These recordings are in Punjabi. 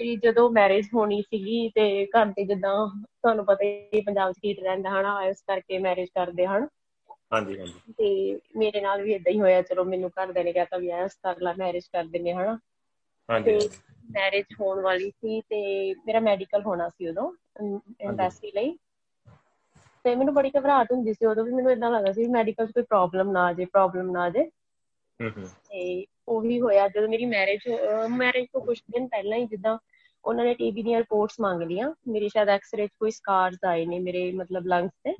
ਮੇਰੀ ਜਦੋਂ ਮੈਰਿਜ ਹੋਣੀ ਸੀਗੀ ਤੇ ਘਰ ਦੇ ਜਿੱਦਾਂ ਤੁਹਾਨੂੰ ਪਤਾ ਹੀ ਹੈ ਪੰਜਾਬ 'ਚ ਕੀ ਟ੍ਰੈਂਡ ਹਨਾ ਇਸ ਕਰਕੇ ਮੈਰਿਜ ਕਰਦੇ ਹਨ ਹਾਂਜੀ ਹਾਂਜੀ ਤੇ ਮੇਰੇ ਨਾਲ ਵੀ ਇਦਾਂ ਹੀ ਹੋਇਆ ਚਲੋ ਮੈਨੂੰ ਘਰ ਦੇ ਨੇ ਕਹਤਾ ਵੀ ਐਸ ਕਰ ਲੈ ਮੈਰਿਜ ਕਰ ਦਿੰਨੇ ਹਨਾ ਹਾਂਜੀ ਤੇ ਮੈਰਿਜ ਹੋਣ ਵਾਲੀ ਸੀ ਤੇ ਮੇਰਾ ਮੈਡੀਕਲ ਹੋਣਾ ਸੀ ਉਦੋਂ ਐਮਬੈਸੀ ਲਈ ਤੇ ਮੈਨੂੰ ਬੜੀ ਘਬਰਾਹਟ ਹੁੰਦੀ ਸੀ ਉਦੋਂ ਵੀ ਮੈਨੂੰ ਇਦਾਂ ਲੱਗਦਾ ਸੀ ਮੈਡੀਕਲ 'ਚ ਕੋਈ ਪ੍ਰੋਬਲਮ ਨਾ ਆ ਜਾਏ ਪ੍ਰੋਬਲਮ ਨਾ ਆ ਜਾਏ ਹੂੰ ਹੂੰ ਤੇ ਉਹ ਵੀ ਹੋਇਆ ਜਦੋਂ ਮੇਰੀ ਮੈਰਿਜ ਮੈਰਿਜ ਤੋਂ ਕੁਝ ਦਿਨ ਪਹਿਲਾਂ ਹੀ ਜਿੱਦਾਂ ਉਹਨਾਂ ਨੇ ਟੀਬੀ ਦੀਆਂ ਰਿਪੋਰਟਸ ਮੰਗ ਲਈਆਂ ਮੇਰੇ ਸ਼ਾਇਦ ਐਕਸ-ਰੇ 'ਚ ਕੋਈ ਸਕਾਰਸ ਆਏ ਨੇ ਮੇਰੇ ਮਤਲਬ ਲੰਗਸ ਤੇ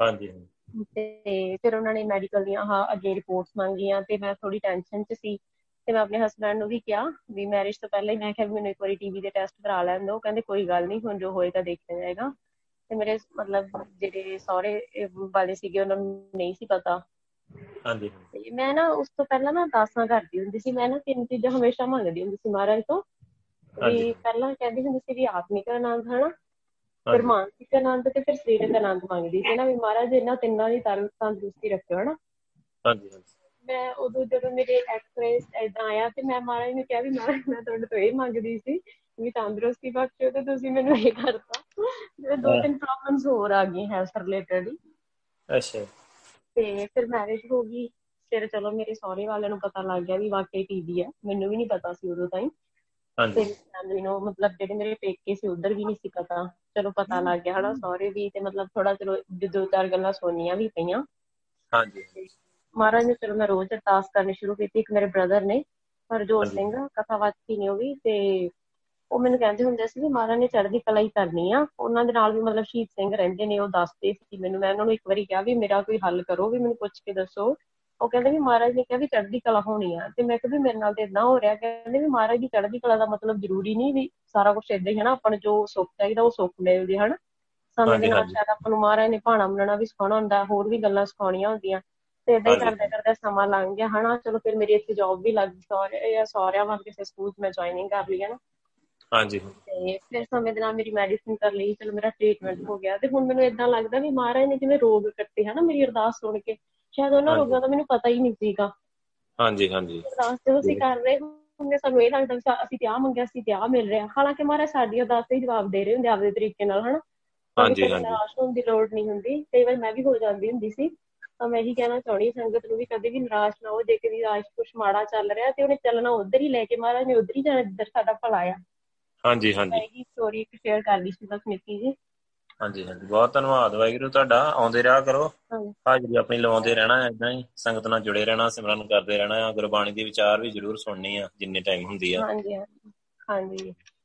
ਹਾਂਜੀ ਹਾਂਜੀ ਤੇ ਫਿਰ ਉਹਨਾਂ ਨੇ ਮੈਡੀਕਲ ਦੀਆਂ ਆਹ ਅੱਗੇ ਰਿਪੋਰਟਸ ਮੰਗੀਆਂ ਤੇ ਮੈਂ ਥੋੜੀ ਟੈਨਸ਼ਨ 'ਚ ਸੀ ਤੇ ਮੈਂ ਆਪਣੇ ਹਸਬੰਡ ਨੂੰ ਵੀ ਕਿਹਾ ਵੀ ਮੈਰਿਜ ਤੋਂ ਪਹਿਲਾਂ ਹੀ ਮੈਂ ਕਿਹਾ ਵੀ ਮੈਨੂੰ ਇੱਕ ਵਾਰੀ ਟੀਵੀ ਦੇ ਟੈਸਟ ਕਰਾ ਲੈਣ ਦਿਓ ਕਹਿੰਦੇ ਕੋਈ ਗੱਲ ਨਹੀਂ ਹੁਣ ਜੋ ਹੋਏਗਾ ਦੇਖਿਆ ਜਾਏਗਾ ਤੇ ਮੇਰੇ ਮਤਲਬ ਜਿਹੜੇ ਸਹੁਰੇ ਇਹ ਵਾਲੇ ਸੀਗੇ ਉਹਨਾਂ ਨੂੰ ਨਹੀਂ ਸੀ ਪਤਾ ਹਾਂਜੀ ਤੇ ਮੈਂ ਨਾ ਉਸ ਤੋਂ ਪਹਿਲਾਂ ਨਾ ਦਾਸਾਂ ਕਰਦੀ ਹੁੰਦੀ ਸੀ ਮੈਂ ਨਾ ਤਿੰਨ ਚੀਜ਼ਾਂ ਹਮੇਸ਼ਾ ਮੰਗਦੀ ਹੁੰਦੀ ਸੀ ਮਹਾਰਾਜ ਤੋਂ ਵੀ ਹਾਂਜੀ। ਪਹਿਲਾਂ ਕਹਿੰਦੀ ਹੁੰਦੀ ਸੀ ਵੀ ਆਤਮਿਕ ਆਨੰਦ ਹਨਾ ਫਿਰ ਹਾਂਜੀ ਮਾਨਸਿਕ ਆਨੰਦ ਤੇ ਫਿਰ ਸਰੀਰਕ ਆਨੰਦ ਮੰਗਦੀ ਸੀ ਨਾ ਵੀ ਮਹਾਰਾਜ ਇਹਨਾਂ ਤਿੰਨਾਂ ਦੀ ਤਰ- ਤੰਦਰੁਸਤੀ ਰੱਖਿਓ ਹਨਾ ਹਾਂਜੀ ਹਾਂਜੀ ਮੈਂ ਉਦੋਂ ਜਦੋਂ ਮੇਰੇ ਐਕਸਰੇਸ ਏਦਾਂ ਆਇਆ ਤੇ ਮੈਂ ਮਹਾਰਾਜ ਨੂੰ ਕਿਹਾ ਵੀ ਮਹਾਰਾਜ ਮੈਂ ਤੁਹਾਡੇ ਤੋਂ ਇਹ ਮੰਗਦੀ ਸੀ ਵੀ ਤੰਦਰੁਸਤੀ ਬਖਸ਼ੋ ਤੇ ਤੁਸੀਂ ਮੈਨੂੰ ਇਹ ਕਰਤਾ ਤੇ ਦੋ ਤਿੰਨ ਪ੍ਰੋਬਲਮਸ ਹੋਰ ਆ ਗਈਆਂ ਹੈਲਥ ਰਿਲੇਟਡ ਅੱਛਾ ਤੇ ਫਿਰ ਮੈਰਿਜ ਹੋ ਗਈ ਫਿਰ ਚਲੋ ਮੇਰੇ ਸਹੁਰੇ ਵਾਲਿਆਂ ਨੂੰ ਪਤਾ ਲੱਗ ਗਿਆ ਵੀ ਵਾਕਈ ਟੀਵੀ ਹੈ ਮੈਨੂੰ ਵੀ ਨਹੀਂ ਪਤਾ ਸੀ ਉਦੋਂ ਤਾਈਂ ਤੇ ਹਾਂਜੀ ਫੈਮਿਲੀ ਨੂੰ ਮਤਲਬ ਜਿਹੜੇ ਮੇਰੇ ਪੇਕੇ ਸੀ ਉਧਰ ਵੀ ਨਹੀਂ ਸੀ ਪਤਾ ਚਲੋ ਪਤਾ ਲੱਗ ਗਿਆ ਹਨਾ ਸਹੁਰੇ ਵੀ ਤੇ ਮਤਲਬ ਥੋੜਾ ਚਲੋ ਦੋ ਚਾਰ ਗੱਲਾਂ ਸੋਨੀਆਂ ਵੀ ਪਈਆਂ ਹਾਂਜੀ ਮਹਾਰਾਜ ਨੇ ਚਲੋ ਮੈਂ ਰੋਜ਼ ਅਰਦਾਸ ਕਰਨੀ ਸ਼ੁਰੂ ਕੀਤੀ ਇੱਕ ਮੇਰੇ ਬ੍ਰਦਰ ਨੇ ਹਰਜੋਤ ਹਾਂਜੀ। ਸਿੰਘ ਕਥਾਵਾਚੀ ਨੇ ਉਹ ਵੀ ਤੇ ਉਹ ਮੈਨੂੰ ਕਹਿੰਦੇ ਹੁੰਦੇ ਸੀ ਵੀ ਮਹਾਰਾਜ ਨੇ ਚੜ੍ਹਦੀ ਕਲਾ ਹੀ ਕਰਨੀ ਆ ਉਹਨਾਂ ਦੇ ਨਾਲ ਵੀ ਮਤਲਬ ਸ਼ਹੀਦ ਸਿੰਘ ਰਹਿੰਦੇ ਨੇ ਉਹ ਦੱਸਦੇ ਸੀ ਮੈਨੂੰ ਮੈਂ ਉਹਨਾਂ ਨੂੰ ਇੱਕ ਵਾਰੀ ਕਿਹਾ ਵੀ ਮੇਰਾ ਕੋਈ ਹੱਲ ਕਰੋ ਵੀ ਮੈਨੂੰ ਪੁੱਛ ਕੇ ਦੱਸੋ ਉਹ ਕਹਿੰਦੇ ਵੀ ਮਹਾਰਾਜ ਨੇ ਕਿਹਾ ਵੀ ਚੜ੍ਹਦੀ ਕਲਾ ਹੋਣੀ ਆ ਤੇ ਮੈਂ ਕਿਹਾ ਵੀ ਮੇਰੇ ਨਾਲ ਤੇ ਇਦਾਂ ਹੋ ਰਿਹਾ ਕਹਿੰਦੇ ਵੀ ਮਹਾਰਾਜ ਦੀ ਚੜ੍ਹਦੀ ਕਲਾ ਦਾ ਮਤਲਬ ਜ਼ਰੂਰੀ ਨਹੀਂ ਵੀ ਸਾਰਾ ਕੁਝ ਇਦਾਂ ਹੀ ਹੈ ਨਾ ਆਪਾਂ ਨੂੰ ਜੋ ਸੁੱਖ ਚਾਹੀਦਾ ਉਹ ਸੁੱਖ ਮਿਲਦੇ ਹਨ ਸਮੇਂ ਦੇ ਹਾਂਜੀ, ਨਾਲ ਹਾਂਜੀ। ਸ਼ਾਇਦ ਆਪਾਂ ਨੂੰ ਮਹਾਰਾਜ ਨੇ ਭਾਣਾ ਮੰਨਣਾ ਵੀ ਸਿਖਾਉਣਾ ਹੁੰਦਾ ਹੋਰ ਵੀ ਗੱਲਾਂ ਸਿਖਾਉਣੀਆਂ ਹੁੰਦੀਆਂ ਤੇ ਇਦਾਂ ਹੀ ਹਾਂਜੀ। ਕਰਦੇ ਕਰਦੇ ਸਮਾਂ ਲੰਘ ਗਿਆ ਹਨਾ ਚਲੋ ਫਿਰ ਮੇਰੀ ਇੱਥੇ ਜੌਬ ਵੀ ਲੱਗ ਗਈ ਸਹੁਰੇ ਜਾਂ ਸਹੁਰਿਆਂ ਵਾਂਗ ਕਿਸੇ ਸਕੂਲ 'ਚ ਮੈਂ ਜੁਆਇਨਿੰਗ ਕਰ ਲਈ ਹੈ ਨਾ ਹਾਂਜੀ ਤੇ ਫਿਰ ਸਮੇਂ ਦੇ ਨਾਲ ਮੇਰੀ ਮੈਡੀਸਿਨ ਕਰ ਲਈ ਚਲੋ ਮੇਰਾ ਟ੍ਰੀਟਮੈਂਟ ਹੋ ਗਿਆ ਤੇ ਹੁਣ ਮੈਨੂੰ ਇਦਾਂ ਲੱਗਦਾ ਵੀ ਮਹਾਰਾਜ ਨੇ ਜਿਵੇਂ ਰੋਗ ਕੱਟੇ ਹਨਾ ਮੇਰੀ ਅਰਦਾਸ ਸੁਣ ਕੇ ਸ਼ਾਇਦ ਉਹਨਾਂ ਹਾਂਜੀ। ਰੋਗਾਂ ਦਾ ਮੈਨੂੰ ਪਤਾ ਹੀ ਨਹੀਂ ਸੀਗਾ ਹਾਂਜੀ ਹਾਂਜੀ ਅਰਦਾਸ ਜਦੋਂ ਅਸੀਂ ਕਰ ਰਹੇ ਹੁੰਦੇ ਸਾਨੂੰ ਇਹ ਲੱਗਦਾ ਵੀ ਸਾ- ਅਸੀਂ ਤੇ ਆਹ ਮੰਗਿਆ ਸੀ ਤੇ ਆਹ ਮਿਲ ਰਿਹਾ ਹਾਲਾਂਕਿ ਮਹਾਰਾਜ ਸਾਡੀ ਅਰਦਾਸ ਤੇ ਹੀ ਜਵਾਬ ਦੇ ਰਹੇ ਹੁੰਦੇ ਆਪਦੇ ਤਰੀਕੇ ਨਾਲ ਹਨਾ ਸਾਨੂੰ ਹਾਂਜੀ, ਕਦੇ ਹਾਂਜੀ। ਨਿਰਾਸ਼ ਹੋਣ ਦੀ ਲੋੜ ਨਹੀਂ ਹੁੰਦੀ ਕਈ ਵਾਰ ਮੈਂ ਵੀ ਹੋ ਜਾਂਦੀ ਹੁੰਦੀ ਸੀ ਤਾਂ ਮੈਂ ਇਹੀ ਕਹਿਣਾ ਚਾਹਣੀ ਸੰਗਤ ਨੂੰ ਵੀ ਕਦੇ ਵੀ ਨਿਰਾਸ਼ ਨਾ ਹੋ ਜੇ ਕਦੀ ਰਾਜ ਕੁਝ ਮਾੜਾ ਚੱਲ ਰਿਹਾ ਤੇ ਉਹਨੇ ਚੱਲਣਾ ਉਧਰ ਹੀ ਲੈ ਕੇ ਮਹਾਰਾਜ ਨੇ ਉਧਰ ਹੀ ਜਾਣਾ ਜਿੱਧਰ ਸਾਡਾ ਭਲਾ ਆ ਹਾਂਜੀ ਮੈਂ ਹਾਂਜੀ ਇਹੀ ਸਟੋਰੀ ਇੱਕ ਸ਼ੇਅਰ ਕਰਨੀ ਸੀ ਬਸ ਨਿੱਕੀ ਜੀ ਹਾਂਜੀ ਹਾਂਜੀ ਬਹੁਤ ਧੰਨਵਾਦ ਵਾਹਿਗੁਰੂ ਤੁਹਾਡਾ ਆਉਂਦੇ ਰਿਹਾ ਕਰੋ ਹਾਂਜੀ। ਹਾਜ਼ਰੀ ਆਪਣੀ ਲਵਾਉਂਦੇ ਰਹਿਣਾ ਏਦਾਂ ਹੀ ਸੰਗਤ ਨਾਲ ਜੁੜੇ ਰਹਿਣਾ ਸਿਮਰਨ ਕਰਦੇ ਰਹਿਣਾ ਗੁਰਬਾਣੀ ਦੇ ਵਿਚਾਰ ਵੀ ਜ਼ਰੂਰ ਸੁਣਨੀ ਆ ਜਿੰਨੇ ਟਾਈਮ ਹੁੰਦੀ ਆ ਹਾਂਜੀ ਹਾਂਜੀ ਹਾਂਜੀ